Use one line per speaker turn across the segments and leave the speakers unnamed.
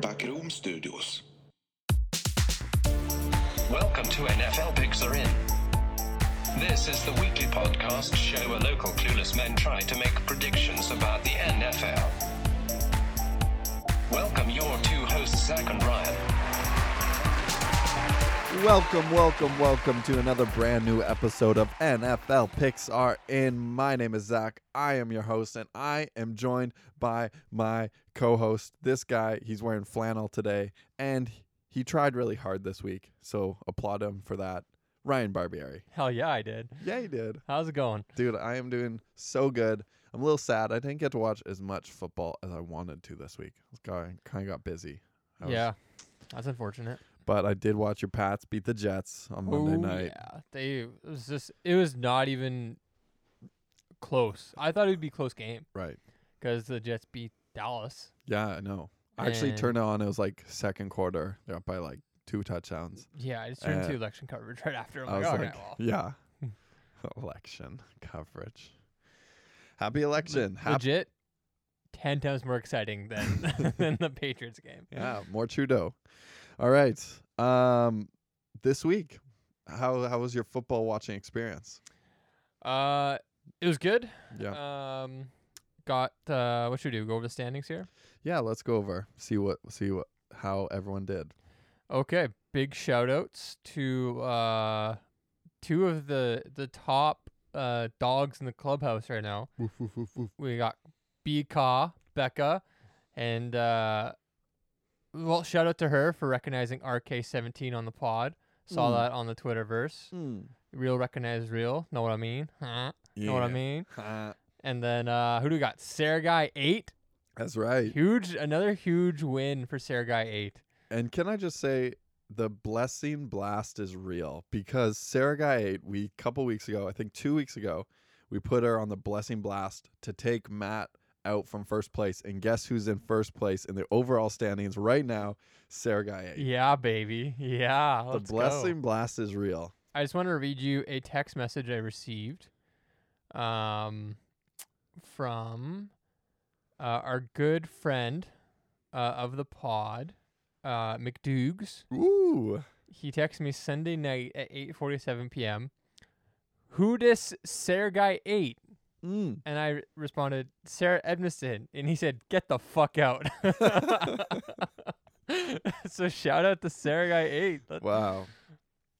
Backroom Studios.
Welcome to NFL Picks Are In. This is the weekly podcast show where local clueless men try to make predictions about the NFL. Welcome your two hosts, Zach and Ryan.
Welcome, welcome, welcome to another brand new episode of NFL Picks Are In. My name is Zach. I am your host, and I am joined by my co host. This guy, he's wearing flannel today, and he tried really hard this week. So applaud him for that. Ryan Barbieri.
Hell yeah, I did.
Yeah, he did.
How's it going?
Dude, I am doing so good. I'm a little sad. I didn't get to watch as much football as I wanted to this week. I kind of got busy. I was-
yeah, that's unfortunate.
But I did watch your Pats beat the Jets on Monday
Oh,
night.
Yeah, they it was just it was not even close. I thought it would be a close game
Right.
because the Jets beat Dallas.
Yeah, I know. I actually
And-
turned it on. It was like second quarter. They're up by like two touchdowns.
Yeah, I just turned
Uh,
to election coverage right after. I'm
I
like,
was
all right,
like,
well,
yeah. election coverage. Happy election. Happy.
legit, ten times more exciting than than the Patriots game.
Yeah, more Trudeau. All right. Um, this week, how how was your football watching experience?
Uh, it was good.
Yeah.
Um, got uh, what should we do? Go over the standings here.
yeah. Let's go over see what see what how everyone did.
Okay, big shout outs to uh two of the the top uh dogs in the clubhouse right now. We got B Ka, Becca, and uh well, shout out to her for recognizing RK17 on the pod. Saw
Mm.
that on the Twitterverse. Real recognize real. Know what I mean? Huh? hmm. Know what I mean? And then uh who do we got? Sergei 8.
That's right.
Huge another huge win for Sergei 8.
And can I just say the blessing blast is real because Sarah Guy 8, we couple weeks ago, I think two weeks ago, we put her on the blessing blast to take Matt out from first place. And guess who's in first place in the overall standings right now? Sarah Guy 8.
Yeah, baby. Yeah.
the
let's go.
blessing blast is real.
I just want to read you a text message I received um, from uh, our good friend uh, of the pod, uh, McDougs.
Ooh.
He texted me Sunday night at 8.47 p.m., who dis Sergei 8?
Mm.
And I re- responded, Sarah Edmiston. And he said, get the fuck out. so shout out to Sergei 8. That's-
Wow.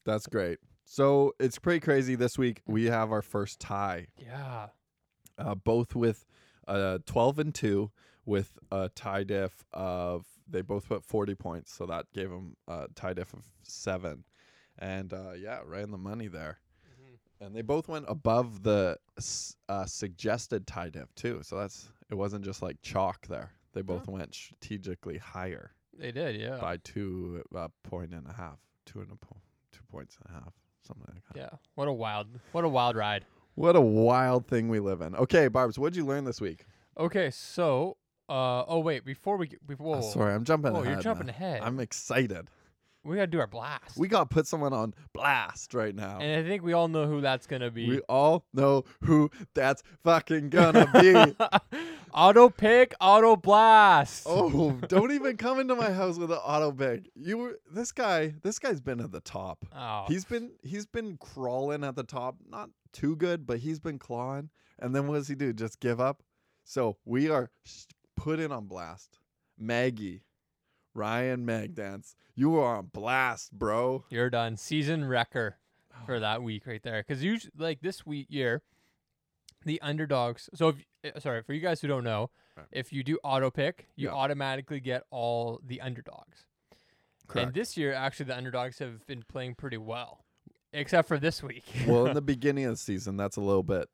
That's great. So it's pretty crazy this week. We have our first tie
Yeah.
uh, both with uh, 12 and 2 with a tie diff of they both put 40 points so that gave them a tie diff of 7 and uh, yeah ran the money there
Mm-hmm.
and they both went above the s- uh, suggested tie diff too so that's it wasn't just like chalk there they both went strategically higher
They did, yeah.
by two uh, point and a half two and a po- two points and a half something like that
Yeah. What a wild what a wild ride.
what a wild thing we live in okay barbs what'd you learn this week
Okay, so uh oh wait, before we get before
Oh, sorry, I'm jumping
Oh,
ahead.
you're jumping
now.
ahead.
I'm excited.
we gotta do our blast.
We got to put someone on blast right now.
and I think we all know who that's gonna
we
be.
all know who that's fucking gonna be.
auto pick, auto blast.
oh, don't even come into my house with an auto pick. You were this guy. This guy's been at the top.
Oh.
He's been he's been crawling at the top. Not too good, but he's been clawing. And then what does he do? Just give up. So we are sh- put in on blast. Maggie, Ryan Magdance, you are on blast, bro.
You're done. Season wrecker
Oh.
for that week right there. Because usually, like this week year, the underdogs. So, if, uh, sorry for you guys who don't know,
Right.
if you do auto pick, you
Yeah.
automatically get all the underdogs. And this year, actually, the underdogs have been playing pretty well, except for this week.
well, in the beginning of the season, that's a little bit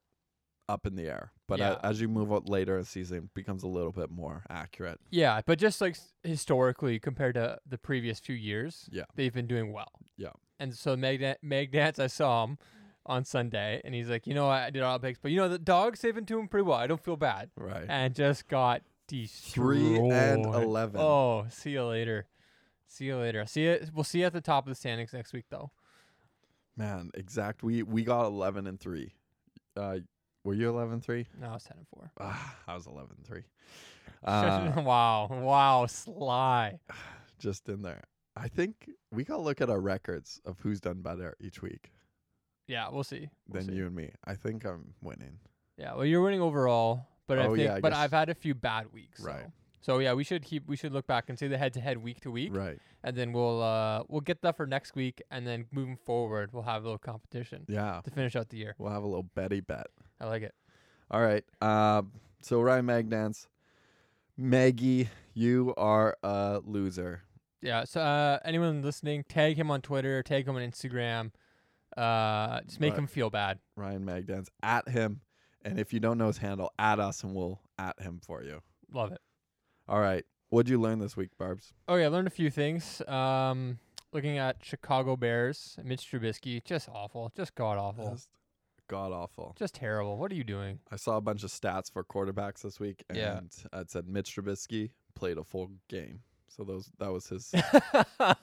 up in the air. But a-
Yeah.
as you move out later in the season, it becomes a little bit more accurate.
yeah, but just like s- historically, compared to the previous few years,
Yeah.
they've been doing well.
Yeah.
And so Magna- Magnats, I saw him on Sunday, and he's like, you know, what? I did auto picks, but you know, the dogs they've been doing pretty well. I don't feel bad.
Right.
and just got destroyed.
and 11.
Oh, see you later. See you later. See it. We'll see you at the top of the standings next week, though.
Man, exact. We we got eleven and three. Uh, Were you 11 3?
No, it's 10 and 4.
Ah, I was 11 3. Uh,
wow. Wow. Sly.
just in there. I think we got to look at our records of who's done better each week
Yeah, we'll see. We'll
than
see.
you and me. I think I'm winning.
Yeah, well, you're winning overall, but I
Oh,
think,
yeah, I
but
guess-
I've had a few bad weeks.
Right.
So. So yeah, we should keep we should look back and see the head to head week to week,
Right.
and then we'll uh we'll get that for next week, and then moving forward we'll have a little competition
Yeah.
to finish out the year.
We'll have a little Betty bet.
I like it.
All right. Um, so, Ryan Magnance, Maggie, you are a loser.
Yeah. So uh, anyone listening, tag him on Twitter, tag him on Instagram, uh, just make
Right.
him feel bad.
Ryan Magnance, at him. And if you don't know his handle, at us and we'll at him for you.
Love it.
All right. What'd you learn this week, Barbs?
Oh yeah, I learned a few things. Um, looking at Chicago Bears, Mitch Trubisky, just awful, just god awful,
Just god awful.
just terrible. What are you doing?
I saw a bunch of stats for quarterbacks this week, and
Yeah.
it said Mitch Trubisky played a full game. So those that was his.
that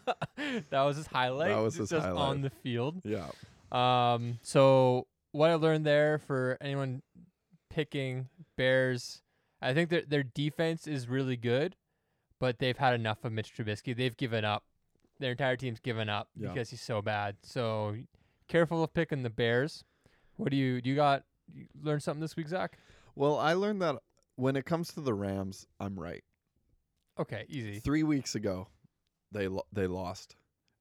was his highlight.
That was
just
his
on
highlight.
the field.
yeah,
Um, so what I learned there for anyone picking Bears, I think their their defense is really good, but they've had enough of Mitch Trubisky. They've given up. Their entire team's given up
Yeah.
because he's so bad. So careful of picking the Bears. What do you do? You got you learned something this week, Zach?
Well, I learned that when it comes to the Rams, I'm right.
Okay, easy.
Three weeks ago, they lo- they lost,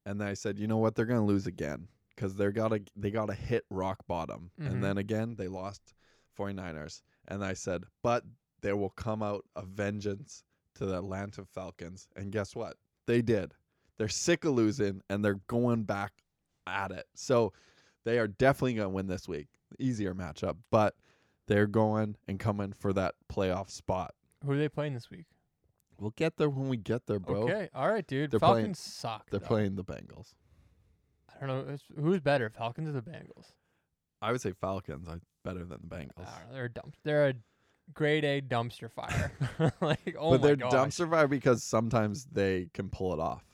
and I said, you know what, they're gonna lose again because they got to they got to hit rock bottom,
Mhm.
and then again they lost 49ers, and I said, but they will come out a vengeance to the Atlanta Falcons, and guess what? They did. They're sick of losing, and they're going back at it. So they are definitely gonna win this week. Easier matchup, but they're going and coming for that playoff spot.
Who are they playing this week?
We'll get there when we get there, bro.
Okay, all right, dude.
They're
Falcons
playing-
suck.
They're
though.
playing the Bengals.
I don't know it's- who's better, Falcons or the Bengals.
I would say Falcons are better than the Bengals.
I don't know, they're a dump. They're a grade A dumpster fire. like oh
but
my
they're
gosh.
dumpster fire because sometimes they can pull it off.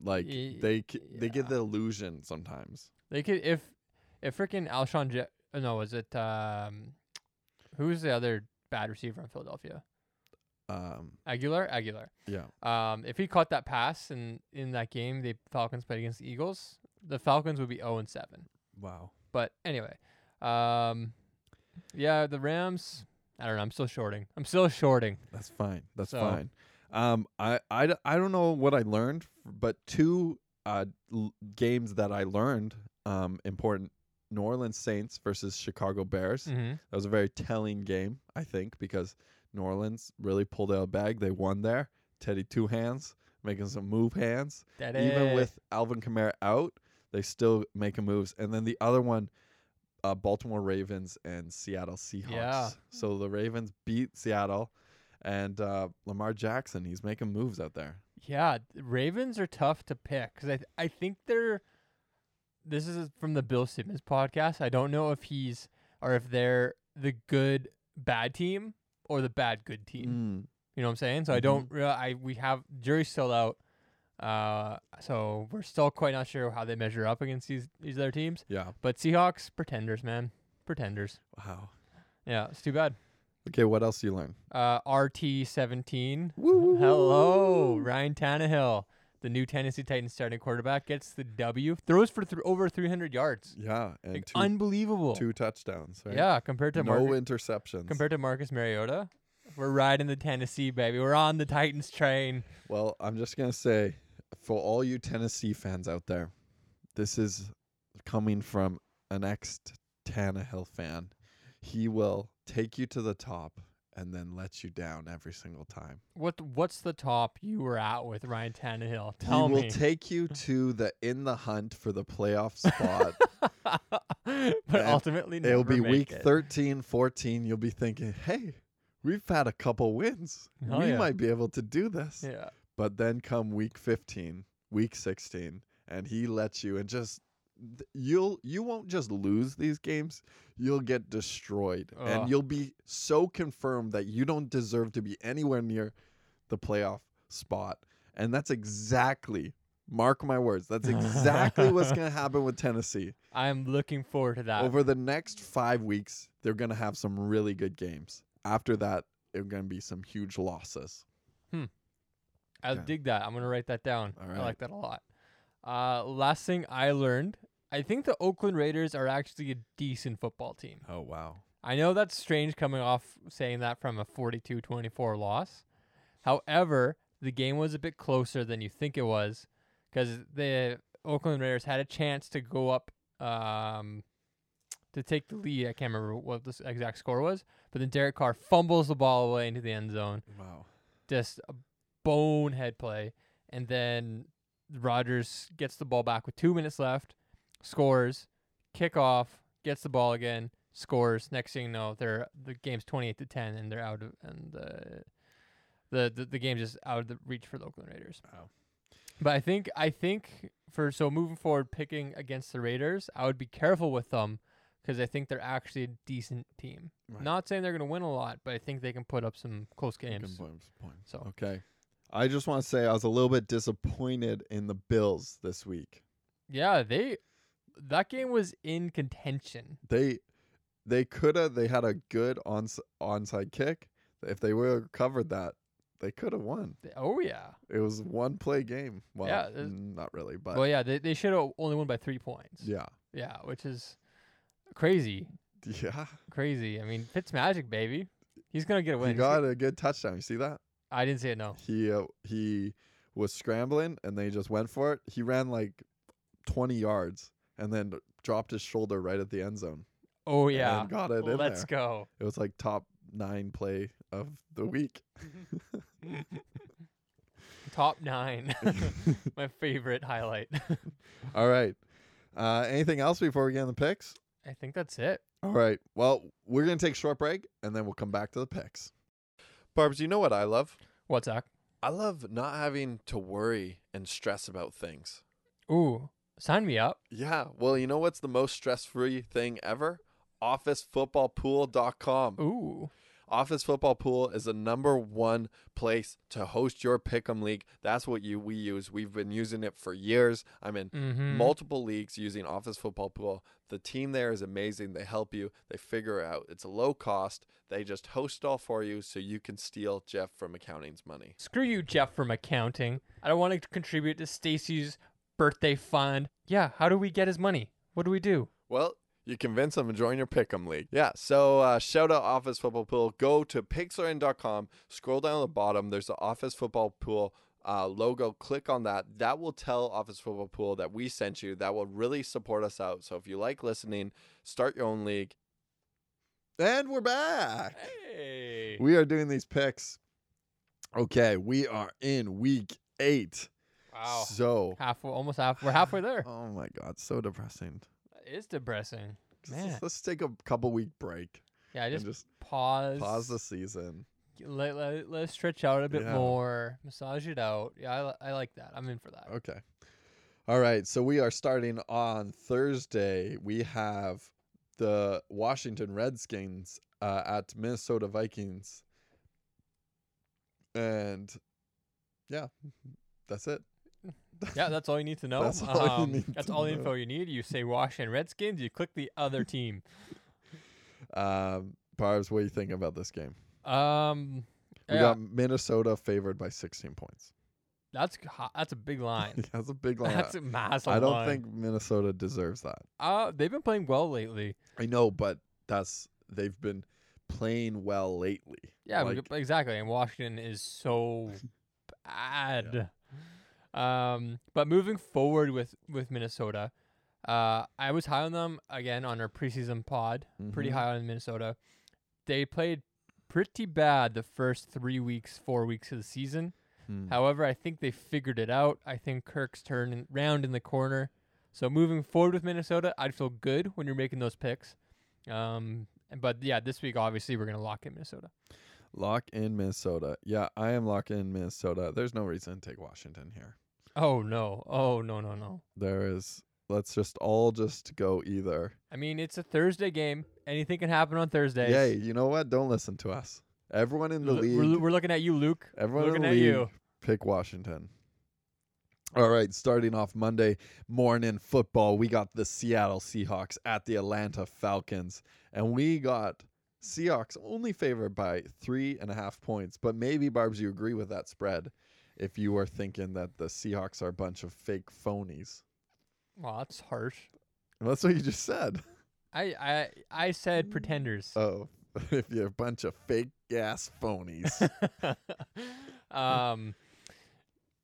Like
Ye-
they c- they
yeah.
give the illusion sometimes.
They could if if freaking Alshon Je- uh, no was it um who's the other bad receiver in Philadelphia
Um,
Aguilar Aguilar
yeah,
um if he caught that pass in in that game the Falcons played against the Eagles the Falcons would be zero and seven
wow.
but anyway um yeah the Rams I don't know I'm still shorting I'm still shorting
That's fine. That's
So-
fine. Um, I, I, d- I don't know what I learned, but two uh, l- games that I learned um, important New Orleans Saints versus Chicago Bears.
mm-hmm.
That was a very telling game, I think, because New Orleans really pulled out a bag. They won there. Teddy Two Hands making some move hands. Even with Alvin Kamara out, they still making moves. And then the other one, uh, Baltimore Ravens and Seattle Seahawks.
Yeah.
So the Ravens beat Seattle, and uh, Lamar Jackson, he's making moves out there.
Yeah, th- Ravens are tough to pick because I th- I think they're. This is from the Bill Simmons podcast. I don't know if he's or if they're the good bad team or the bad good team.
Mm.
You know what I'm saying? So I
Mhm.
don't. Real, I we have jury's still out. Uh, so we're still quite not sure how they measure up against these these other teams.
Yeah.
But Seahawks pretenders, man, pretenders.
Wow.
Yeah, it's too bad.
Okay, what else you learn?
Uh, RT seventeen
Woo!
Hello, Ryan Tannehill, the new Tennessee Titans starting quarterback, gets the W, throws for th- over 300 yards.
Yeah, and
Like,
two,
unbelievable.
two touchdowns. Right?
Yeah, compared to
No
Mar-
interceptions.
compared to Marcus Mariota, we're riding the Tennessee baby. We're on the Titans train.
Well, I'm just gonna say, for all you Tennessee fans out there, this is coming from an ex Tannehill fan. He will take you to the top and then let you down every single time.
What what's the top you were at with Ryan Tannehill? Tell
he will
me.
take you to the in the hunt for the playoff spot.
but
and
ultimately,
It'll
never
be
make
week
it.
thirteen, 13, 14. You'll be thinking, hey, we've had a couple wins.
Oh,
we
yeah.
might be able to do this.
Yeah.
but then come week 15 week 16 and he lets you and just th- you'll you won't just lose these games you'll get destroyed
Ugh.
and you'll be so confirmed that you don't deserve to be anywhere near the playoff spot and that's exactly mark my words that's exactly what's going to happen with tennessee
Ah.
I'm looking forward to that.
over the next 5 weeks
they're gonna have some really good games. After that, they're gonna be some huge losses.
I
Yeah.
dig that. I'm gonna write that down.
All
I
right.
like that a lot. Uh, last thing I learned, I think the Oakland Raiders are actually a decent football team.
Oh wow.
I know that's strange coming off saying that from a 42-24 loss. However, the game was a bit closer than you think it was because the Oakland Raiders had a chance to go up um, to take the lead. I can't remember what the s- exact score was, but then Derek Carr fumbles the ball away into the end zone
Wow.
just a bonehead play. And then Rodgers gets the ball back with two minutes left, scores, kickoff, gets the ball again, scores. Next thing you know, they're the game's twenty eight to ten, and they're out of and the the the, the game's just out of the reach for the Oakland Raiders.
Wow.
But I think I think for so moving forward, picking against the Raiders, I would be careful with them because I think they're actually a decent team.
Right.
Not saying they're going to win a lot, but I think they can put up some close
You can
games.
blame some points.
So.
okay. I just want to say I was a little bit disappointed in the Bills this week.
Yeah, they that game was in contention.
They they could have they had a good on onside kick. If they would have covered that, they could have won.
They- Oh yeah.
It was one play game. Well,
Yeah,
mm,
it-
not really, but
Well, yeah, they they should have only won by three points.
yeah,
Yeah, which is crazy,
yeah.
crazy. I mean, Fitz magic, baby. He's gonna get a win.
He
He's gonna-
got a good touchdown. You see that?
I didn't say it. No.
He uh, he was scrambling and they just went for it. He ran like 20 yards and then dropped his shoulder right at the end zone.
Oh yeah.
and got it in
Let's
there.
go.
It was like top nine play of the week.
Top nine. My favorite highlight.
All right. Uh, anything else before we get in the picks?
I think that's it.
All right. Well, we're gonna take a short break and then we'll come back to the picks. Barb's, you know what I love?
What's up?
I love not having to worry and stress about things.
Ooh, sign me up.
Yeah, well, you know what's the most stress free thing ever? OfficeFootballPool.com.
Ooh.
Office Football Pool is the number one place to host your Pick'em League. That's what you we use. We've been using it for years. I'm in
Mm-hmm.
multiple leagues using Office Football Pool. The team there is amazing. They help you. They figure it out. It's a low cost. They just host it all for you so you can steal Jeff from accounting's money.
Screw you, Jeff, from accounting. I don't want to contribute to Stacy's birthday fund. Yeah, how do we get his money? What do we do?
Well, you convince them to join your Pick'em League. Yeah, so uh, shout out Office Football Pool. Go to pixelin.com, scroll down the bottom. There's the Office Football Pool uh, logo. Click on that. That will tell Office Football Pool that we sent you. That will really support us out. So if you like listening, start your own league.
And we're back.
Hey.
We are doing these picks. Okay, we are in week eight.
Wow.
So
Half, almost half. We're halfway there.
Oh my god, so depressing.
That is depressing.
Just-
Man.
Let's, let's take a couple week break
Yeah,
and
just,
just
pause.
pause the season.
Let, let, let's stretch out a bit
Yeah.
more. Massage it out. Yeah, I, li- I like that. I'm in for that.
Okay. All right, so we are starting on Thursday. We have the Washington Redskins uh, at Minnesota Vikings. And yeah, that's it.
Yeah, that's all you need to know.
That's all you
Um,
need
that's
to
all the
know.
info you need. You say Washington Redskins, you click the other team.
Um, Barbs, what do you think about this game?
Um,
We
yeah,
got Minnesota favored by 16 points.
that's ho- that's a big line.
That's a big line.
That's a massive.
I don't
line.
think Minnesota deserves that.
Uh, they've been playing well lately.
I know, but that's they've been playing well lately.
Yeah, we
Like,
could- exactly. And Washington is so bad. Um, but moving forward with with Minnesota, uh, I was high on them again on our preseason pod. Pretty
Mhm.
high on Minnesota. They played pretty bad the first three weeks, four weeks of the season.
hmm.
However, I think they figured it out. I think Kirk's turned in- round in the corner. So moving forward with Minnesota, I'd feel good when you're making those picks. Um, and- but yeah, this week obviously we're gonna lock in Minnesota.
lock in Minnesota. Yeah, I am locking in Minnesota. There's no reason to take Washington here.
Oh no! Oh no! No no!
There is. Let's just all just go either.
I mean, it's a Thursday game. Anything can happen on Thursday.
Yay! You know what? Don't listen to us. Everyone in the
Lu- We're,
league.
we're looking at you, Luke.
Everyone in
looking
the
at
league.
you.
Pick Washington. All right, starting off Monday morning football, we got the Seattle Seahawks at the Atlanta Falcons, and we got Seahawks only favored by three and a half points. But maybe, Barbs, you agree with that spread if you are thinking that the Seahawks are a bunch of fake phonies.
Well, that's harsh.
Well, that's what you just said.
I I I said pretenders.
Oh, if you're a bunch of fake ass phonies.
um,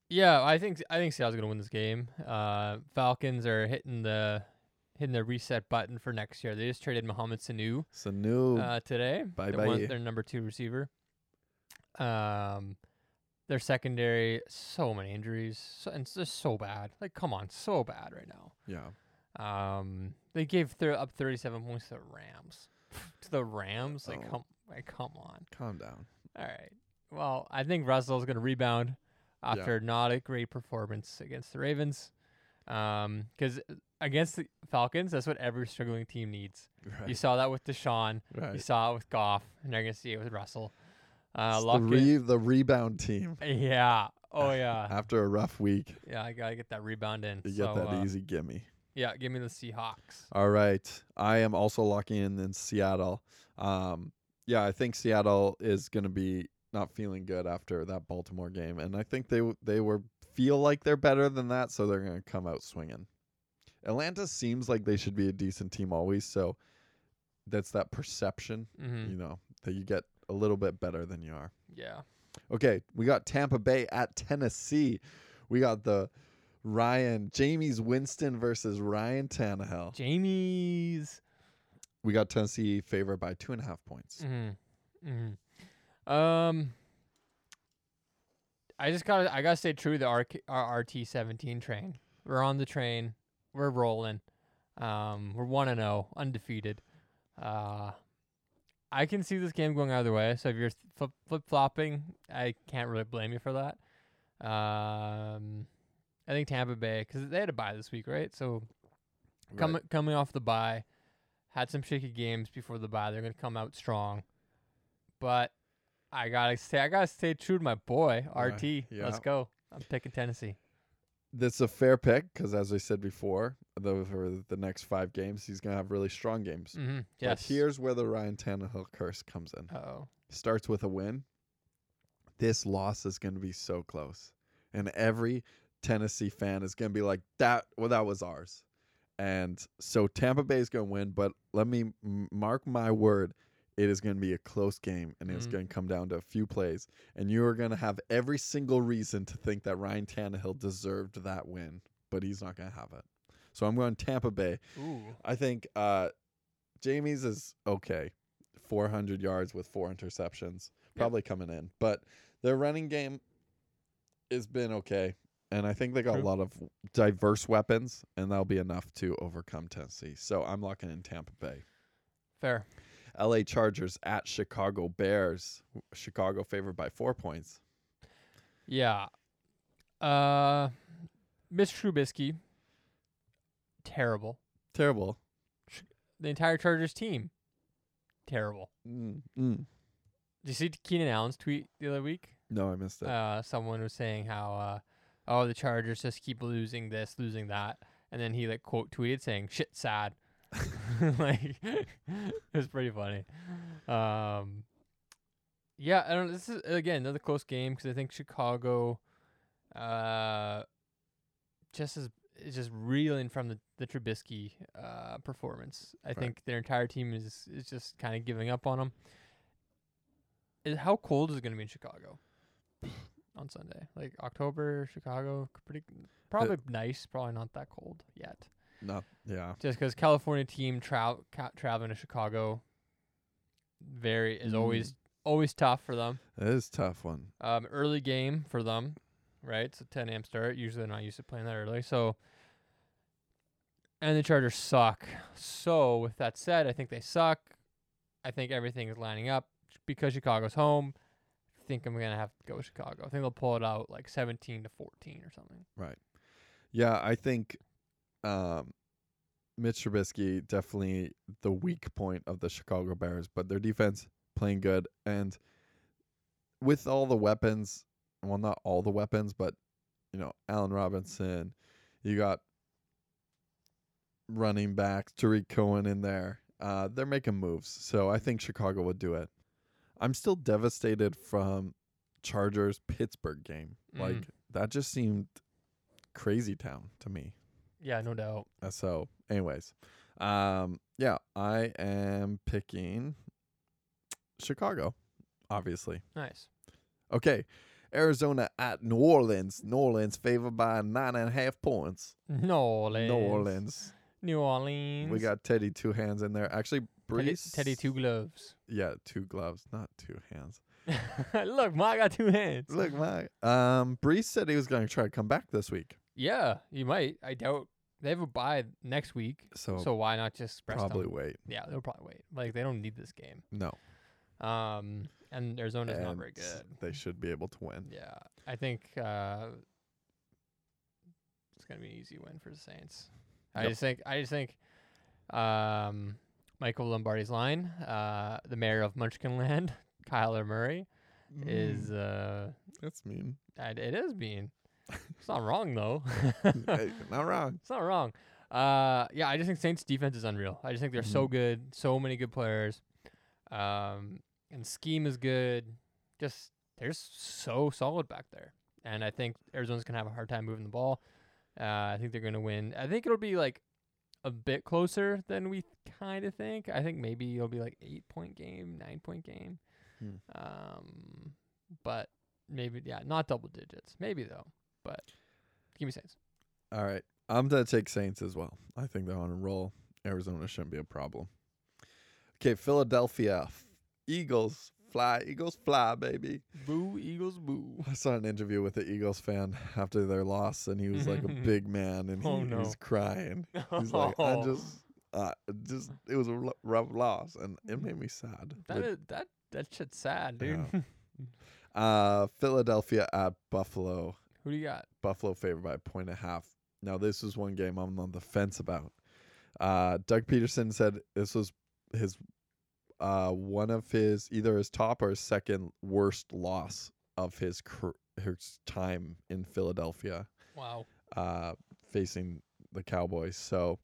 yeah, I think I think Seattle's gonna win this game. Uh, Falcons are hitting the hitting the reset button for next year. They just traded Mohamed Sanu
so, no.
uh, today.
bye
they
bye.
want their number two receiver. Um, their secondary, so many injuries, so, and it's just so bad. Like, come on, so bad right now.
yeah.
Um, they gave thir- up 37 points to the Rams. to the Rams, like
Oh.
come, like come on.
Calm down.
All right. Well, I think Russell's going to rebound
Yeah.
after not a great performance against the Ravens. Um, because against the Falcons, that's what every struggling team needs. You
Right.
saw that with Deshaun. You
right.
saw it with Goff, and they're gonna see it with Russell. Uh,
It's the,
Luck
re- the rebound team
yeah. Oh yeah.
after a rough week.
yeah, I gotta get that rebound in.
You
so,
get that
uh,
easy gimme.
Yeah, give me the Seahawks.
All right. I am also locking in in Seattle. Um, yeah, I think Seattle is going to be not feeling good after that Baltimore game, and I think they w- they were feel like they're better than that, so they're going to come out swinging. Atlanta seems like they should be a decent team always, so that's that perception,
Mm-hmm.
you know, that you get a little bit better than you are.
Yeah.
Okay, we got Tampa Bay at Tennessee. We got the Ryan Jamie's Winston versus Ryan Tannehill.
Jamie's.
We got Tennessee favored by two and a half points.
Mm-hmm. Mm-hmm. Um. I just gotta I gotta stay true to the RK, our RT seventeen train. We're on the train. We're rolling. Um, we're one and zero, undefeated. Uh, I can see this game going either way. So if you're flip flip flopping, I can't really blame you for that. Um, I think Tampa Bay because they had a bye this week, right? So coming coming off the bye, had some shaky games before the bye. They're gonna come out strong, but I gotta stay. I gotta stay true to my boy RT.
yeah.
Let's go. I'm picking Tennessee.
That's a fair pick because, as I said before, the, for the next five games, he's going to have really strong games.
Mm-hmm.
But
Yes.
here's where the Ryan Tannehill curse comes in.
Oh.
starts with a win. This loss is going to be so close, and every Tennessee fan is going to be like, "That well, that was ours." And so Tampa Bay is going to win, but let me m- mark my word: it is going to be a close game, and it's
Mm.
going to come down to a few plays. And you are going to have every single reason to think that Ryan Tannehill deserved that win, but he's not going to have it. So I'm going Tampa Bay.
Ooh.
I think uh, Jamie's is okay. 400 yards with four interceptions,
Yeah.
probably coming in. But their running game has been okay. And I think they got
True.
a lot of diverse weapons, and that'll be enough to overcome Tennessee. So I'm locking in Tampa Bay.
Fair.
LA Chargers at Chicago Bears. Chicago favored by four points.
Yeah. Uh, Miss Trubisky. Terrible.
Terrible.
The entire Chargers team. Terrible.
Mm, mm.
Did you see Keenan Allen's tweet the other week?
No, I missed it.
Uh, someone was saying how, uh, oh, the Chargers just keep losing this, losing that, and then he like quote tweeted saying, "Shit, sad." like it was pretty funny. Um, yeah, I don't. This is again another close game because I think Chicago, uh, just is is just reeling from the the Trubisky uh performance. I think their entire team is is just kind of giving up on him. Is- How cold is it going to be in Chicago on Sunday? Like October, Chicago, c- pretty probably nice, probably not that cold yet.
Not, yeah.
Just 'cause California team trou ca- traveling to Chicago, very is always always tough for them.
It is a tough one.
Um, early game for them, right? So 10 a.m. start. Usually they're not used to playing that early. So, and the Chargers suck. So with that said, I think they suck. I think everything is lining up because Chicago's home. I think I'm gonna have to go with Chicago. I think they'll pull it out like 17 to 14 or something.
Yeah, I think um, Mitch Trubisky definitely the weak point of the Chicago Bears, but their defense playing good and with all the weapons, well, not all the weapons, but you know, Allen Robinson. You got running back Tariq Cohen in there. Uh, they're making moves. So I think Chicago would do it. I'm still devastated from Chargers Pittsburgh game. Like
Mm.
that just seemed crazy town to me.
Yeah, no doubt.
Uh, So, anyways, um, yeah, I am picking Chicago, obviously.
Nice.
Okay, Arizona at New Orleans. New Orleans favored by nine and a half points.
New Orleans.
New Orleans.
New Orleans.
We got Teddy two hands in there. Actually,
Teddy,
Brees.
Teddy two gloves.
Yeah, two gloves, not two hands.
Look, Ma got two hands.
Look, my um, Brees said he was going to try to come back this week.
Yeah, you might. I doubt they have a bye next week,
So,
so why not just rest
probably
them?
wait.
Yeah, they'll probably wait. Like they don't need this game.
No,
Um, and Arizona's not
and
very good.
They should be able to win.
Yeah, I think uh, it's gonna be an easy win for the Saints. I
Yep.
just think I just think um, Michael Lombardi's line, uh, the mayor of Munchkinland, Kyler Murray, is uh,
Mm, That's mean.
it it is being. It's not wrong though.
Hey, not wrong.
It's not wrong. Uh, yeah, I just think Saints defense is unreal. I just think they're
Mm-hmm.
so good, so many good players, um, and scheme is good. Just they're s- so solid back there, and I think Arizona's gonna have a hard time moving the ball. Uh, I think they're gonna win. I think it'll be like a bit closer than we kind of think. I think maybe it'll be like eight point game, nine point game,
Hmm.
um, but maybe yeah, not double digits. Maybe though, but give me Saints.
All right. I'm going to take Saints as well. I think they're on a roll. Arizona shouldn't be a problem. Okay, Philadelphia. F- Eagles fly. Eagles fly, baby.
Boo Eagles boo.
I saw an interview with the Eagles fan after their loss, and he was like a big man, and he,
Oh,
he was
no. Oh.
crying. He's like, I just, uh, just, it was a r- rough loss, and it made me sad.
that
But,
is, that that shit's sad, dude.
Yeah. uh, Philadelphia at Buffalo.
Who do you got?
Buffalo favored by a point and a half. Now, this was one game I'm on the fence about. Uh, Doug Peterson said this was his uh, one of his either his top or his second worst loss of his cr- his time in Philadelphia
Wow.
uh, facing the Cowboys. So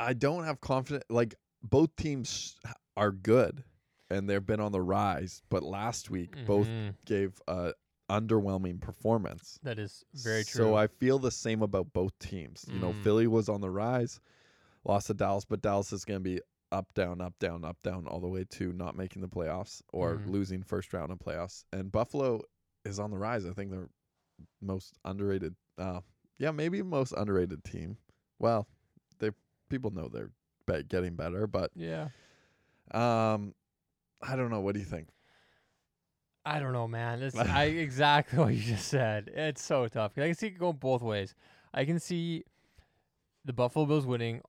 I don't have confidence. Like both teams are good and they've been on the rise, but last week
Mm-hmm.
both gave a underwhelming performance.
That is very true.
So I feel the same about both teams. You know,
Mm.
Philly was on the rise, lost to Dallas, but Dallas is going to be up, down, up, down, up, down, all the way to not making the playoffs or
Mhm.
losing first round of playoffs. And Buffalo is on the rise. I think they're most underrated. Uh, yeah, maybe most underrated team. Well, they people know they're be- getting better, but
yeah.
um, I don't know. What do you think?
I don't know, man. This I exactly what you just said. It's so tough. 'Cause I can see it going both ways. I can see the Buffalo Bills winning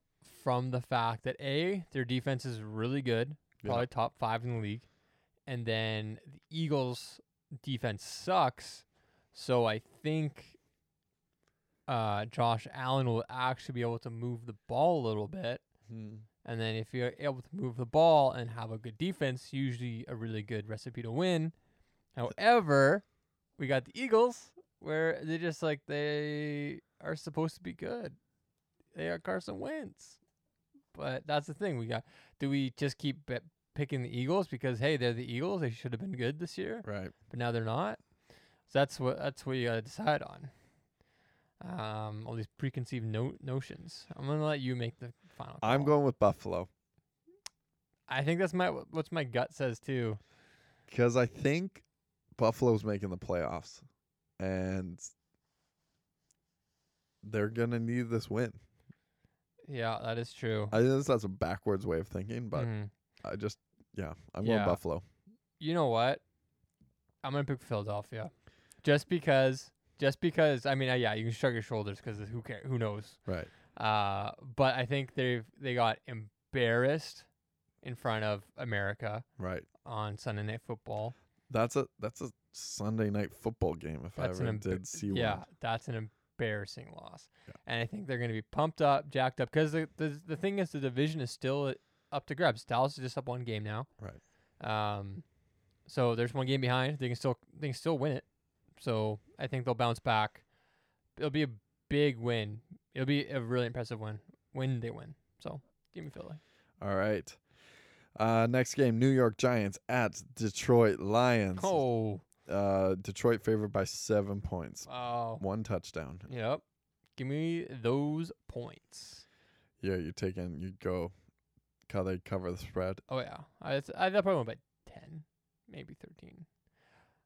from the fact that a their defense is really good,
Yeah.
probably top five in the league, and then the Eagles' defense sucks. So I think uh, Josh Allen will actually be able to move the ball a little bit. And then if you're able to move the ball and have a good defense, usually a really good recipe to win. However, we got the Eagles where they just like they are supposed to be good. They are Carson Wentz. But that's the thing. We got do we just keep b- picking the Eagles because hey, they're the Eagles. They should have been good this year,
Right.
but now they're not. So that's what that's what you got to decide on. Um, all these preconceived no- notions. I'm gonna let you make the final. Call.
I'm going with Buffalo.
I think that's my what's my gut says too.
Because I think Buffalo's making the playoffs, and they're gonna need this win.
Yeah, that is true.
I think that's a backwards way of thinking, but
Mhm.
I just yeah, I'm
Yeah.
going Buffalo.
you know what? I'm gonna pick Philadelphia, just because. Just because. I mean, uh, yeah, you can shrug your shoulders because who cares? Who knows?
Right.
Uh, but I think they've they got embarrassed in front of America
Right.
on Sunday Night Football.
That's a that's a Sunday night football game if
That's
I
an
ever
emb-
did see
yeah,
one.
that's an embarrassing loss. And I think they're going to be pumped up, jacked up, because the, the the thing is, the division is still up to grabs. Dallas is just up one game now.
Right.
Um, so there's one game behind. They can still they can still win it. So I think they'll bounce back. It'll be a big win. It'll be a really impressive win when they win. So give me Philly.
All right. Uh, next game, New York Giants at Detroit Lions.
Oh,
Uh, Detroit favored by seven points,
wow.
one touchdown.
Yep. Give me those points.
Yeah, you're taking, you go, how they cover the spread.
Oh yeah, I, that's- I that probably went by ten, maybe thirteen.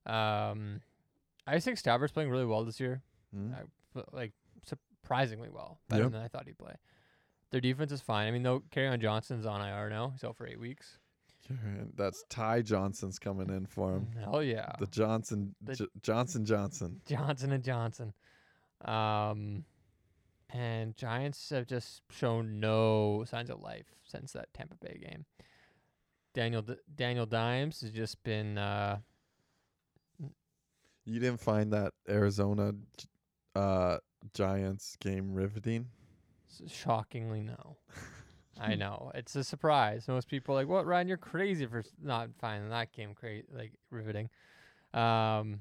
Um, I just think Stafford's playing really well this year,
Mm.
I- but, like surprisingly well, better
Yep.
than I thought he'd play. Their defense is fine. I mean, though, on Johnson's on IR now. He's out for eight weeks.
Yeah, and That's Ty Johnson's coming in for him.
Hell yeah,
Oh. The Johnson,
Mm-hmm. The-
J- Johnson Johnson.
Johnson and Johnson. Um, and Giants have just shown no signs of life since that Tampa Bay game. Daniel D- Daniel Dimes has just been uh,
You didn't find that Arizona G- uh, Giants game riveting?
S- Shockingly, no. I know it's a surprise. Most people are like, "What, Ryan? You're crazy for s- not finding that game crazy, like riveting." Um,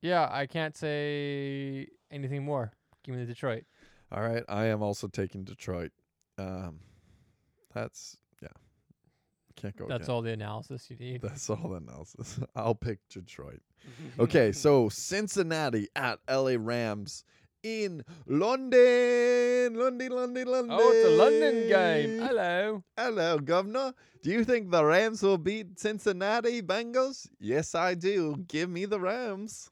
yeah, I can't say anything more. Give me the Detroit.
All right, I am also taking Detroit. Um, that's yeah, can't go.
That's
again.
all the analysis you need.
That's all analysis. I'll pick Detroit. Okay, so Cincinnati at LA Rams in London, London, London, London.
oh, it's a London game. Hello.
Hello, Governor. Do you think the Rams will beat Cincinnati Bengals? Yes, I do. Give me the Rams.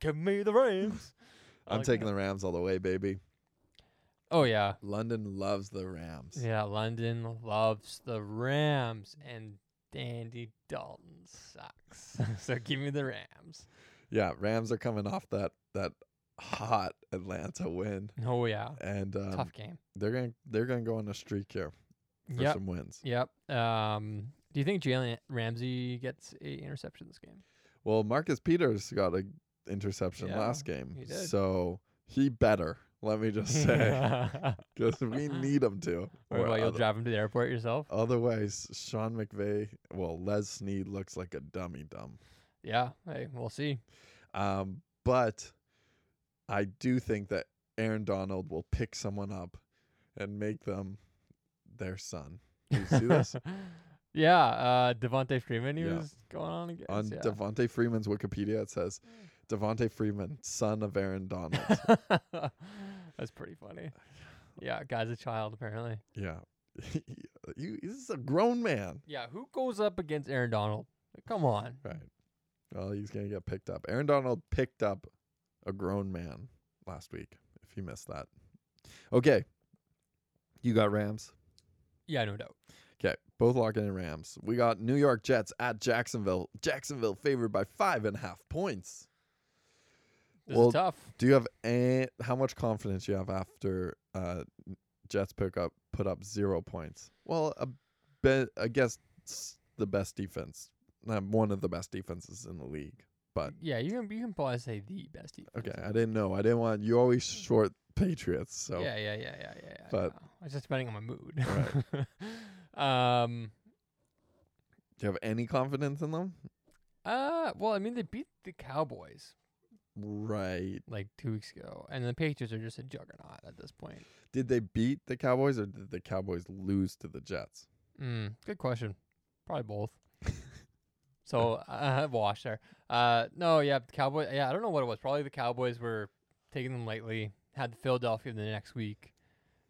Give me the Rams. I
I'm
like
taking
that.
the Rams all the way, baby.
Oh yeah,
London loves the Rams.
yeah. London loves the Rams, and Dandy Dalton sucks. so give me the Rams.
Yeah, Rams are coming off that that hot Atlanta win,
Oh yeah,
and um,
tough game.
they're gonna they're gonna go on a streak here for
Yep.
some wins.
Yep. Um, do you think Jalen Ramsey gets a interception this game?
Well, Marcus Peters got an interception
Yeah,
last game,
he did.
so he better. Let me just say, because we need him to.
or what, you'll
other-
drive him to the airport yourself?
Otherwise, Sean McVay, well, Les Snead looks like a dummy dumb.
Yeah. Hey, we'll see.
Um, but I do think that Aaron Donald will pick someone up and make them their son. You see this?
yeah. Uh, Devontae Freeman. He
Yeah.
was going on again.
On
yeah.
Devontae Freeman's Wikipedia, it says Devontae Freeman, son of Aaron Donald.
That's pretty funny. Yeah, guy's a child apparently.
yeah. you, this is a grown man.
Yeah, who goes up against Aaron Donald? Come on.
Right. Well, he's going to get picked up. Aaron Donald picked up a grown man last week, if you missed that. Okay. You got Rams.
Yeah, no doubt.
Okay. Both locking in Rams. We got New York Jets at Jacksonville. Jacksonville favored by five and a half points.
This
Well,
is tough.
Do you have a, how much confidence you have after uh, Jets pick up put up zero points? Well, a bit, I guess s- the best defense, not one of the best defenses in the league, but
Yeah, you can you can probably say the best defense.
Okay,
in
I didn't know. I didn't want you always short Patriots, so
Yeah, yeah, yeah, yeah, yeah. yeah,
But-
no. it's just depending on my mood. um.
do you have any confidence in them?
Uh. Well, I mean, they beat the Cowboys
Right.
like two weeks ago, and the Patriots are just a juggernaut at this point.
Did they beat the Cowboys or did the Cowboys lose to the Jets?
Mm, good question. Probably both. so uh, wash there. Uh. No. Yeah. The Cowboys. Yeah. I don't know what it was. Probably the Cowboys were taking them lightly. Had Philadelphia the next week.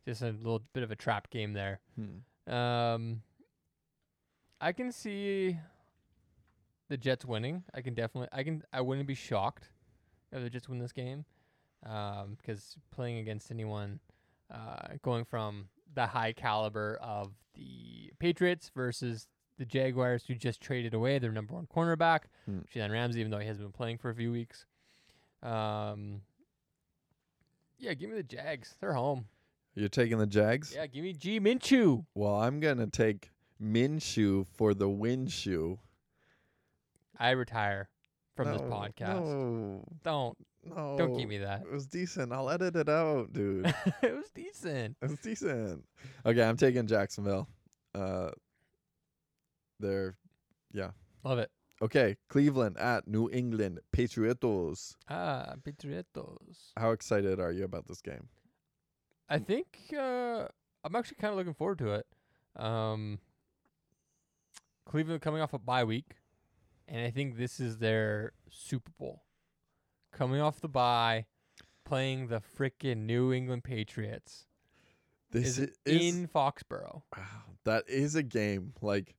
Just a little bit of a trap game there.
Hmm.
Um, I can see the Jets winning. I can definitely. I can. I wouldn't be shocked if the Jets win this game, um, because playing against anyone, uh, going from the high caliber of the Patriots versus the Jaguars, who just traded away their number one cornerback,
Hmm.
Jalen Ramsey, even though he hasn't been playing for a few weeks. Um, yeah, give me the Jags. They're home.
You're taking the Jags?
Yeah, give me G Minchu.
Well, I'm gonna take Minshew for the win shoe
I retire from this podcast.
No,
Don't
no,
don't give me that.
It was decent. I'll edit it out, dude.
it was decent.
It's decent. Okay, I'm taking Jacksonville. Uh, they're
Love it.
Okay, Cleveland at New England Patriots.
Ah, Patriotos.
How excited are you about this game?
I think uh, I'm actually kind of looking forward to it. Um, Cleveland coming off a bye week, and I think this is their Super Bowl. Coming off the bye, playing the frickin' New England Patriots
This
is, in Foxborough.
Wow, that is a game. Like,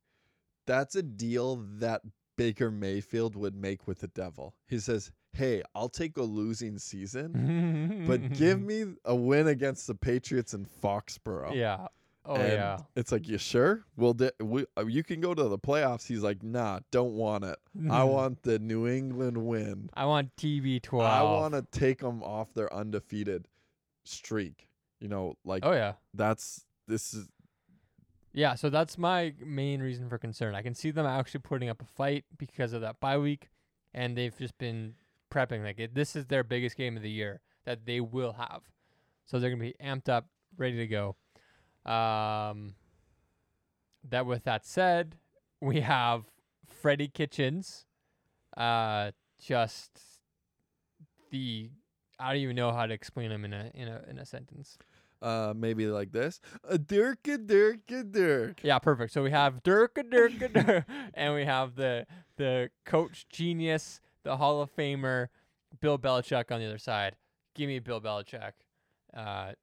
that's a deal that Baker Mayfield would make with the devil. He says, Hey, I'll take a losing season, but give me a win against the Patriots in Foxborough.
Yeah. Oh
And
yeah.
It's like, You sure? Well, di- we, uh, you can go to the playoffs. He's like, Nah, don't want it. I want the New England win.
I want TV twelve.
I want to take them off their undefeated streak. You know, like,
Oh yeah.
that's this is
Yeah, so that's my main reason for concern. I can see them actually putting up a fight because of that bye week, and they've just been prepping. Like it, this is their biggest game of the year that they will have, so they're gonna be amped up, ready to go. Um, that with that said, we have Freddie Kitchens, uh, just the I don't even know how to explain him in a in a in a sentence.
uh maybe like this a dirk a dirk a dirk
Yeah, perfect. So we have Dirk, a Dirk, a Dirk, and we have the the coach genius, the Hall of Famer, Bill Belichick on the other side. Give me Bill Belichick. Uh,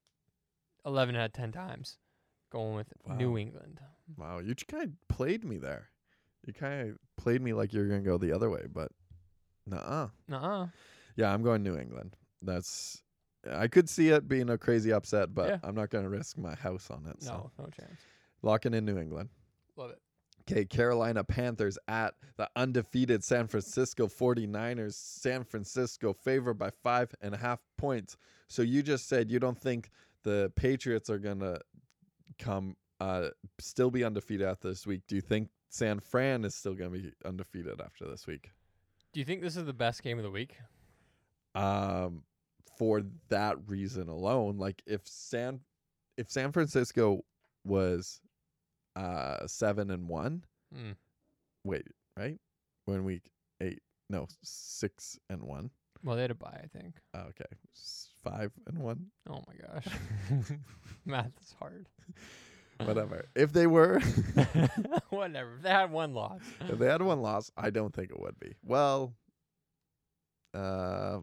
Eleven out of ten times, going with New
Wow.
England.
wow you kind of played me there you kind of played me like you're gonna go the other way but nah
Nuh-uh.
yeah i'm going new england that's i could see it being a crazy upset but
Yeah.
i'm not gonna risk my house on it so
No, no chance.
locking in new england
Love it.
Okay, Carolina Panthers at the undefeated San Francisco 49ers. San Francisco favored by five and a half points. So you just said you don't think the Patriots are going to come uh, still be undefeated after this week. Do you think San Fran is still going to be undefeated after this week?
Do you think this is the best game of the week?
um, for that reason alone. Like if San if San Francisco was uh seven and one,
Mm.
wait, right? When week eight, no six and one.
Well, they had a bye, I think.
Oh, okay, S- five and one,
Oh my gosh, math is hard.
whatever. if they were,
Whatever. They had one loss.
if they had one loss, I don't think it would be. Well, uh,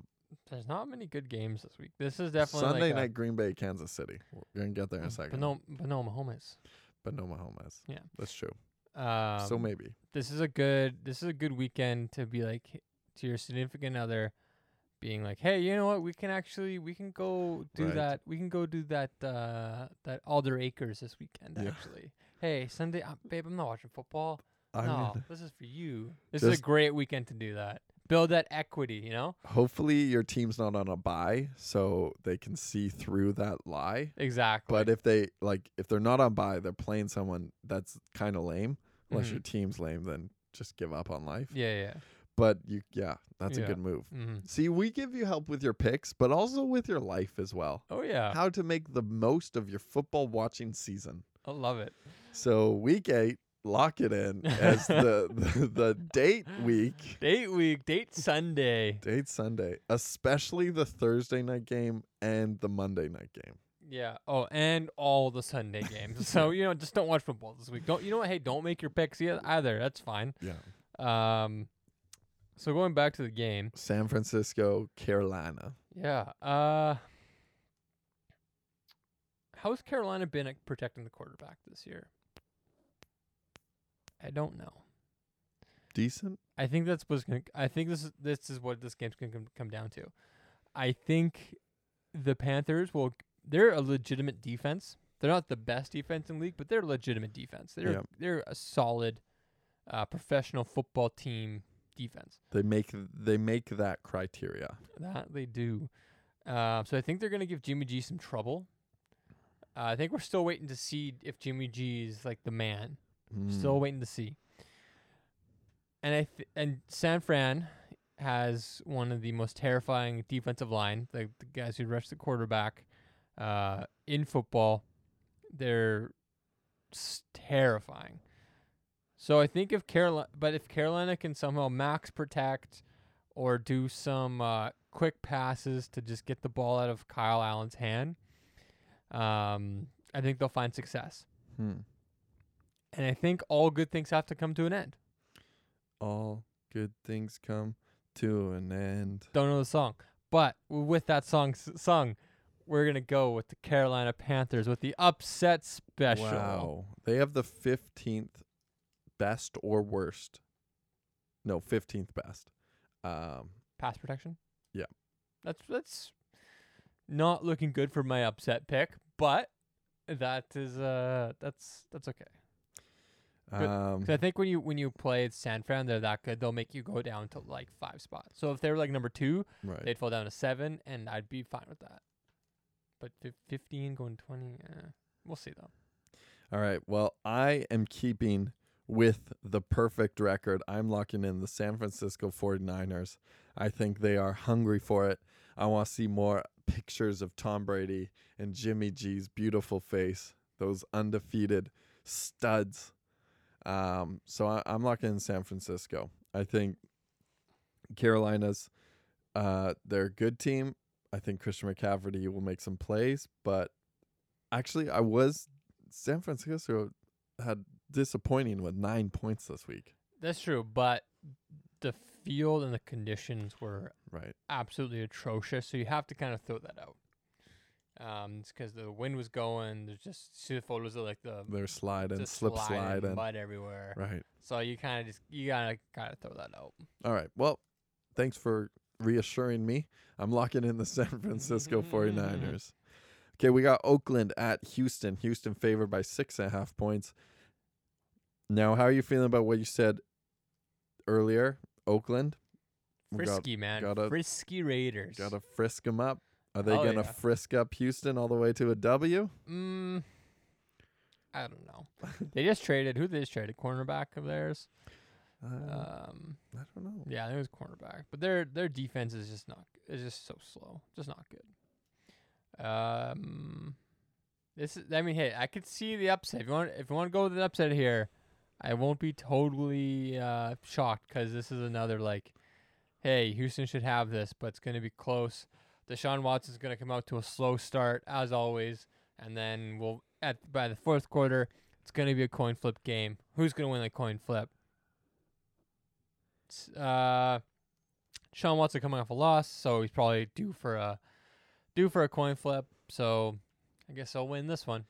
There's not many good games this week. This is definitely
Sunday
like a- Mm,
night, Green Bay, Kansas City. We're gonna get there in a second.
But no, but no Mahomes.
but no Mahomes.
Yeah.
that's true.
Um,
so maybe.
this is a good this is a good weekend to be like h- to your significant other, being like, hey, you know what? We can actually we can go do
Right.
that. We can go do that uh that Alder Acres this weekend.
Yeah.
Actually, hey Sunday, uh, babe, I'm not watching football.
I'm
no,
gonna-
this is for you. This is a
Just-
great weekend to do that. Build that equity, you know.
hopefully your team's not on a buy so they can see through that lie
Exactly.
but if they like if they're not on buy they're playing someone that's kind of lame unless your
Mm-hmm.
team's lame then just give up on life
yeah, yeah.
but you yeah that's
Yeah.
a good move
Mm-hmm.
see we give you help with your picks but also with your life as well
Oh yeah,
how to make the most of your football watching season
I love it.
so week eight lock it in as the the, the date week
Date week, date Sunday.
Date Sunday, especially the Thursday night game and the Monday night game.
Yeah. Oh, and all the Sunday games. so you know, just don't watch football this week. Don't you know? what? Hey, don't make your picks yet either. That's fine.
Yeah.
Um, so going back to the game.
San Francisco, Carolina.
Yeah. Uh, how's Carolina been at protecting the quarterback this year? I don't know.
Decent.
I think that's what's gonna. I think this is this is what this game's gonna come- come down to. I think the Panthers will. They're a legitimate defense. They're not the best defense in the league, but they're a legitimate defense. They're
Yeah.
they're a solid, uh, professional football team defense.
They make they make that criteria.
That they do. Uh, so I think they're gonna give Jimmy G some trouble. Uh, I think we're still waiting to see if Jimmy G is like the man. Still
Mm.
waiting to see. And I th- and San Fran has one of the most terrifying defensive line, the, the guys who rush the quarterback uh, in football. They're s- terrifying. So I think if Carolina, but if Carolina can somehow max protect or do some uh, quick passes to just get the ball out of Kyle Allen's hand, um, I think they'll find success.
Hmm.
And I think all good things have to come to an end.
All good things come to an end.
Don't know the song, but with that song s- sung, we're gonna go with the Carolina Panthers with the upset special.
Wow. They have the 15th best or worst. No, 15th best. Um,
pass protection.
Yeah.
That's that's not looking good for my upset pick, but that is uh that's that's okay. But-
um,
'Cause I think when you when you play at San Fran, they're that good. They'll make you go down to like five spots. So if they were like number two,
right.
they'd fall down to seven, and I'd be fine with that. But fif- fifteen going twenty, eh. we'll see though.
All right. Well, I am keeping with the perfect record. I'm locking in the San Francisco 49ers. I think they are hungry for it. I want to see more pictures of Tom Brady and Jimmy G's beautiful face, those undefeated studs. Um, so I, I'm locking in San Francisco. I think Carolina's, uh, they're a good team. I think Christian McCafferty will make some plays, but actually, I was San Francisco had disappointing with nine points this week.
That's true, but the field and the conditions were
Right.
absolutely atrocious. So you have to kind of throw that out. Um, it's because the wind was going. There's just see the photos of like the
They're sliding,
just
slip sliding.
mud everywhere.
Right.
So you kind of just you gotta kind of throw that out.
All right. Well, thanks for reassuring me. I'm locking in the San Francisco 49ers. Okay, we got Oakland at Houston. Houston favored by six and a half points. Now, how are you feeling about what you said earlier? Oakland, We got-
Frisky man,
gotta-
frisky Raiders.
gotta frisk them up. Are they
Oh,
gonna
yeah.
frisk up Houston all the way to a W?
mm, I don't know. they just traded. Who they just traded? Cornerback of theirs.
Uh,
Um,
I don't know.
yeah, I think it was cornerback. But their their defense is just not. It's just so slow. Just not good. Um, this is. I mean, hey, I could see the upset. If you want, if you want to go with an upset here, I won't be totally uh, shocked because this is another like, hey, Houston should have this, but it's going to be close. Deshaun Watson's going to come out to a slow start as always, and then we'll at by the fourth quarter, it's going to be a coin flip game. Who's going to win the coin flip? s- uh, Sean Watson coming off a loss, so he's probably due for a due for a coin flip. So I guess I'll win this one.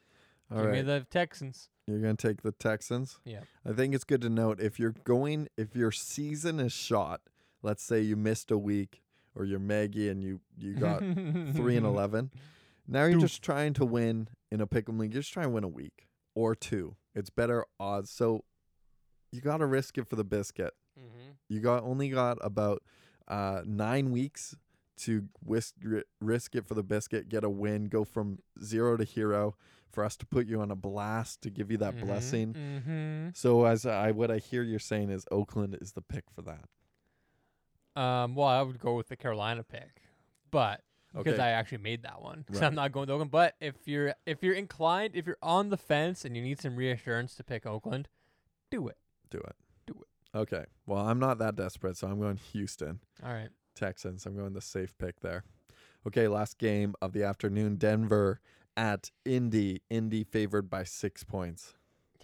All
Give me
right.
the Texans.
You're gonna take the Texans.
Yeah.
I think it's good to note if you're going if your season is shot, let's say you missed a week or you're Maggie and you you got three and eleven. Now you're
Doof.
just trying to win in a pick'em league. You're just trying to win a week or two. It's better odds. So you gotta risk it for the biscuit.
Mm-hmm.
You got only got about uh, nine weeks to whisk, ri- risk it for the biscuit, get a win, go from zero to hero for us to put you on a blast to give you that blessing.
Mm-hmm.
So as I what I hear you're saying is Oakland is the pick for that.
Um, well, I would go with the Carolina pick, but because
Okay.
I actually made that one, so
Right.
I'm not going with Oakland. But if you're if you're inclined, if you're on the fence and you need some reassurance to pick Oakland, do it.
Do it.
Do
it. Okay. Well, I'm not that desperate, so I'm going Houston
All right.
Texans. I'm going the safe pick there. Okay, last game of the afternoon, Denver at Indy. Indy favored by 6 points.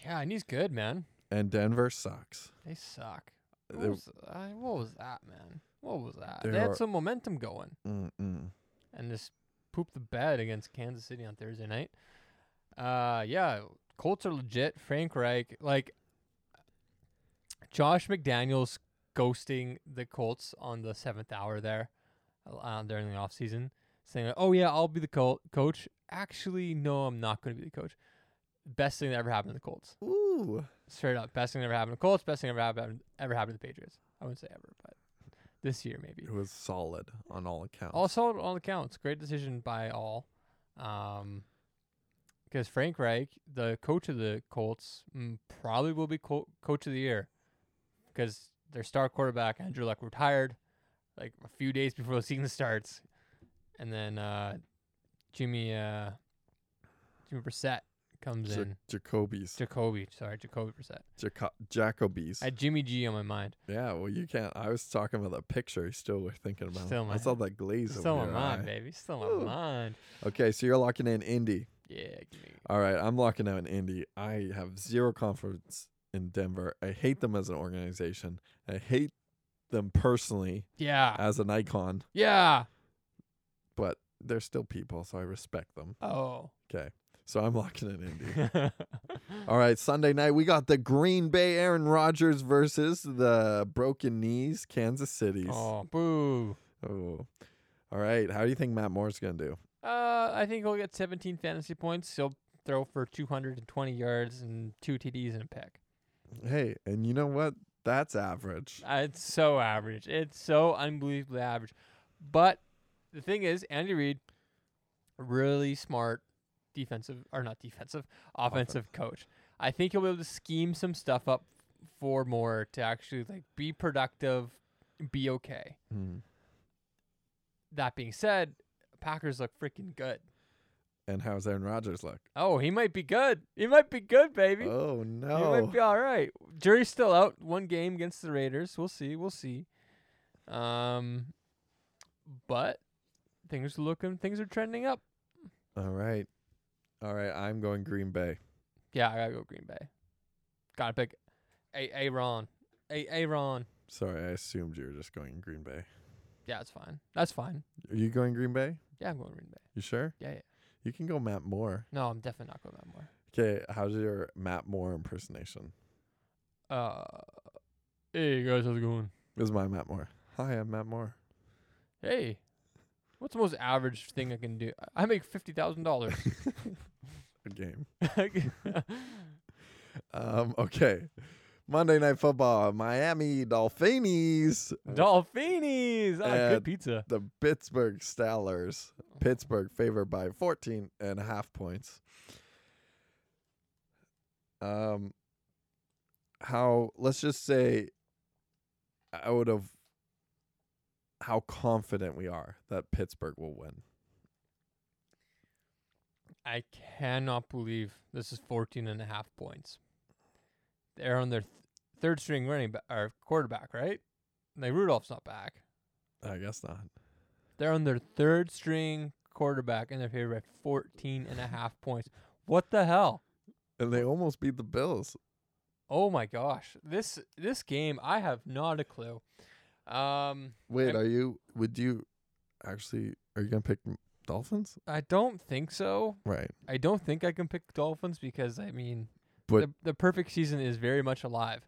Yeah, and he's good, man.
And Denver sucks.
They suck. What
They-
was, I- what was that, man? What was that? They
They
had
are-
some momentum going
Mm-mm.
and just pooped the bed against Kansas City on Thursday night. Uh, yeah, Colts are legit. Frank Reich, like Josh McDaniels ghosting the Colts on the seventh hour there uh, during the offseason, saying, like, oh, yeah, I'll be the col- coach. Actually, no, I'm not going to be the coach. Best thing that ever happened to the Colts.
Ooh.
straight up best thing that ever happened to the Colts, best thing ever happened ever happened to the Patriots. I wouldn't say ever, but this year maybe.
It was solid on all accounts.
Also on all accounts, great decision by all. Um because Frank Reich, the coach of the Colts, mm, probably will be co- coach of the year because their star quarterback Andrew Luck retired like a few days before the season starts, and then uh, Jimmy uh, Jimmy Brissett comes
Ja-
in.
Jacoby's.
Jacoby, sorry, Jacoby Brissett.
Jaco- Jacoby's.
I had Jimmy G on my mind.
yeah, well, you can't. I was talking about the picture. You still were thinking about.
Still in
it.
my
I saw
head.
that glaze
Still
over
on
your
mine,
eye.
baby. Still
Woo.
on mine.
Okay, so you're locking in Indy.
Yeah, give me.
All right, I'm locking out in Indy. I have zero confidence in Denver. I hate them as an organization. I hate them personally
Yeah,
as an icon,
yeah.
but they're still people, so I respect them.
Oh.
Okay, so I'm locking in Indy. All right, Sunday night we got the Green Bay Aaron Rodgers versus the broken knees Kansas City's.
oh, boo.
Oh. All right, how do you think Matt Moore's gonna do?
Uh, I think he'll get 17 fantasy points. He'll throw for 220 yards and two TDs and a pick.
Hey, and you know what? That's average.
Uh, It's so average. It's so unbelievably average. But the thing is, Andy Reid, really smart defensive or not defensive, offensive coach. I think he'll be able to scheme some stuff up for more to actually like be productive, be okay.
Hmm.
That being said, Packers look freaking good.
And how's Aaron Rodgers look?
Oh, he might be good. He might be good, baby.
Oh
He
no.
might be all right. Jury's still out. One game against the Raiders. We'll see. We'll see. Um, but things are looking. Things are trending up.
All right. All right, I'm going Green Bay.
Yeah, I gotta go Green Bay. Gotta pick a Aaron. A Aaron.
Sorry, I assumed you were just going Green Bay.
Yeah, it's fine. That's fine.
Are you going Green Bay?
Yeah, I'm going Green Bay.
You sure?
Yeah, yeah.
You can go Matt Moore.
No, I'm definitely not going that more.
Okay, how's your Matt Moore impersonation?
Uh, hey guys, how's it going?
This is my Matt Moore. Hi, I'm Matt Moore.
Hey, what's the most average thing I can do? I- I make fifty thousand dollars.
Good game. Um, okay. Monday Night Football, Miami Dolphinies,
Dolphinies. Ah,
Uh,
good pizza.
the Pittsburgh Steelers. Pittsburgh favored by 14 and a half points. Um, how, let's just say, out of how confident we are that Pittsburgh will win.
I cannot believe this is 14 and a half points. They're on their th- third string running back or quarterback, right? Like Rudolph's not back.
I guess not.
They're on their third string quarterback and they're favored by 14 and a half points. What the hell?
And they almost beat the Bills.
Oh my gosh. This this game, I have not a clue. Um
Wait,
I'm-
are you? Would you actually? Are you gonna pick m- Dolphins?
I don't think so.
Right.
I don't think I can pick Dolphins because I mean
But-
the, the perfect season is very much alive.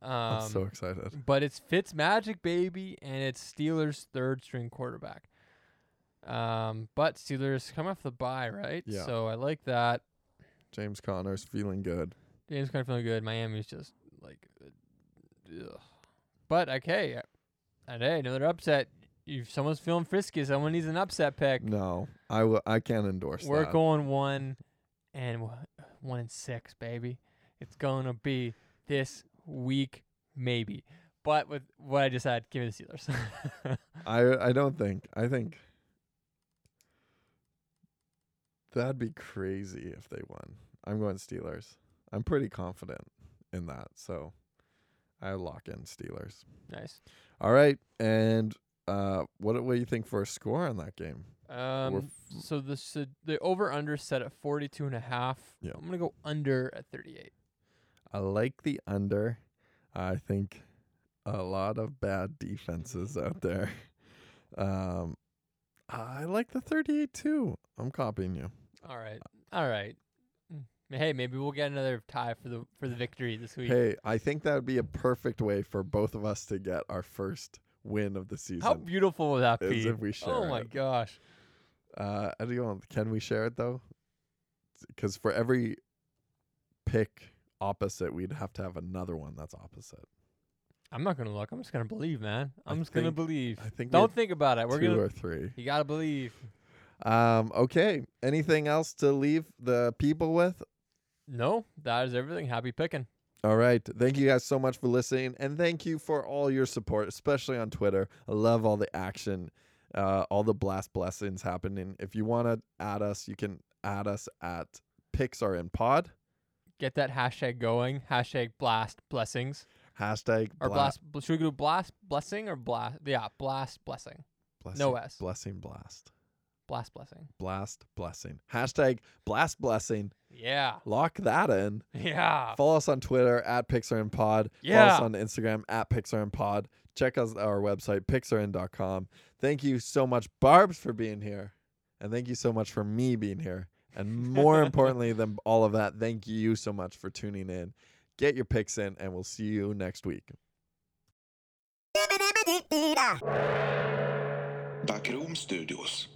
Um
I'm so excited.
But it's Fitz Magic, baby, and it's Steelers' third string quarterback. Um, but Steelers come off the bye, right?
Yeah.
So I like that.
James Connor's feeling good.
James kind of feeling good. Miami's just like, uh, ugh. but okay, uh, and hey, another upset. If someone's feeling frisky, someone needs an upset pick.
No, I will. I can't endorse
We're
that.
going one and w- one and six, baby. It's gonna be this week, maybe. But with what I just had, give me the Steelers.
I I don't think. I think that'd be crazy if they won. I'm going Steelers. I'm pretty confident in that. So I lock in Steelers.
nice.
All right. And uh, what what do you think for a score on that game?
Um,
f-
so the s- the over under set at 42 and a half.
Yeah.
I'm going to go under at 38.
I like the under. I think a lot of bad defenses out there. Um, I like the 38 too. I'm copying you.
All right. All right. Mm. Hey, maybe we'll get another tie for the for the victory this week.
Hey, I think that would be a perfect way for both of us to get our first win of the season.
How beautiful would that
As
be?
if we
oh
share
my
it.
gosh.
uh, I don't know, can we share it though? Because for every pick opposite, we'd have to have another one that's opposite.
I'm not going to look. I'm just going to believe, man.
I
I'm just going to
think-
believe.
I think we
Don't
have
think about it. We're
two
going to
or three.
You got to believe.
Um, okay. Anything else to leave the people with?
No, that is everything. Happy picking.
All right. Thank you guys so much for listening. And thank you for all your support, especially on Twitter. I love all the action, uh, all the blast blessings happening. If you want to add us, you can add us at picks are in pod.
Get that hashtag going. Hashtag blast blessings.
Hashtag
Or
bla-
blast. bl- Should we do blast blessing or blast? Yeah, blast blessing.
blessing,
no S.
blessing blast
Blast blessing.
blast blessing hashtag blast blessing.
Yeah.
Lock that in.
Yeah.
Follow us on Twitter at Pixar and Pod. Follow
Yeah.
us on Instagram at Pixar and Pod. Check us our website, pixarin.com. Thank you so much, Barbs, for being here. And thank you so much for me being here. And more importantly than all of that, thank you so much for tuning in. Get your picks in, and we'll see you next week.
Backroom Studios.